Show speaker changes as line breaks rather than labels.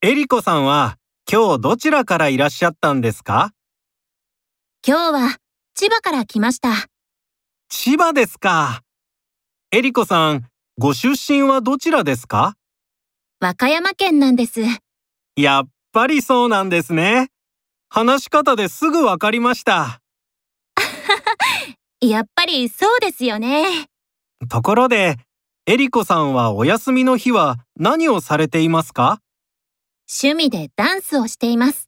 えりこさんは今日どちらからいらっしゃったんですか
今日は千葉から来ました。
千葉ですか。えりこさん、ご出身はどちらですか
和歌山県なんです。
やっぱりそうなんですね。話し方ですぐわかりました。
やっぱりそうですよね。
ところで、えりこさんはお休みの日は何をされていますか
趣味でダンスをしています。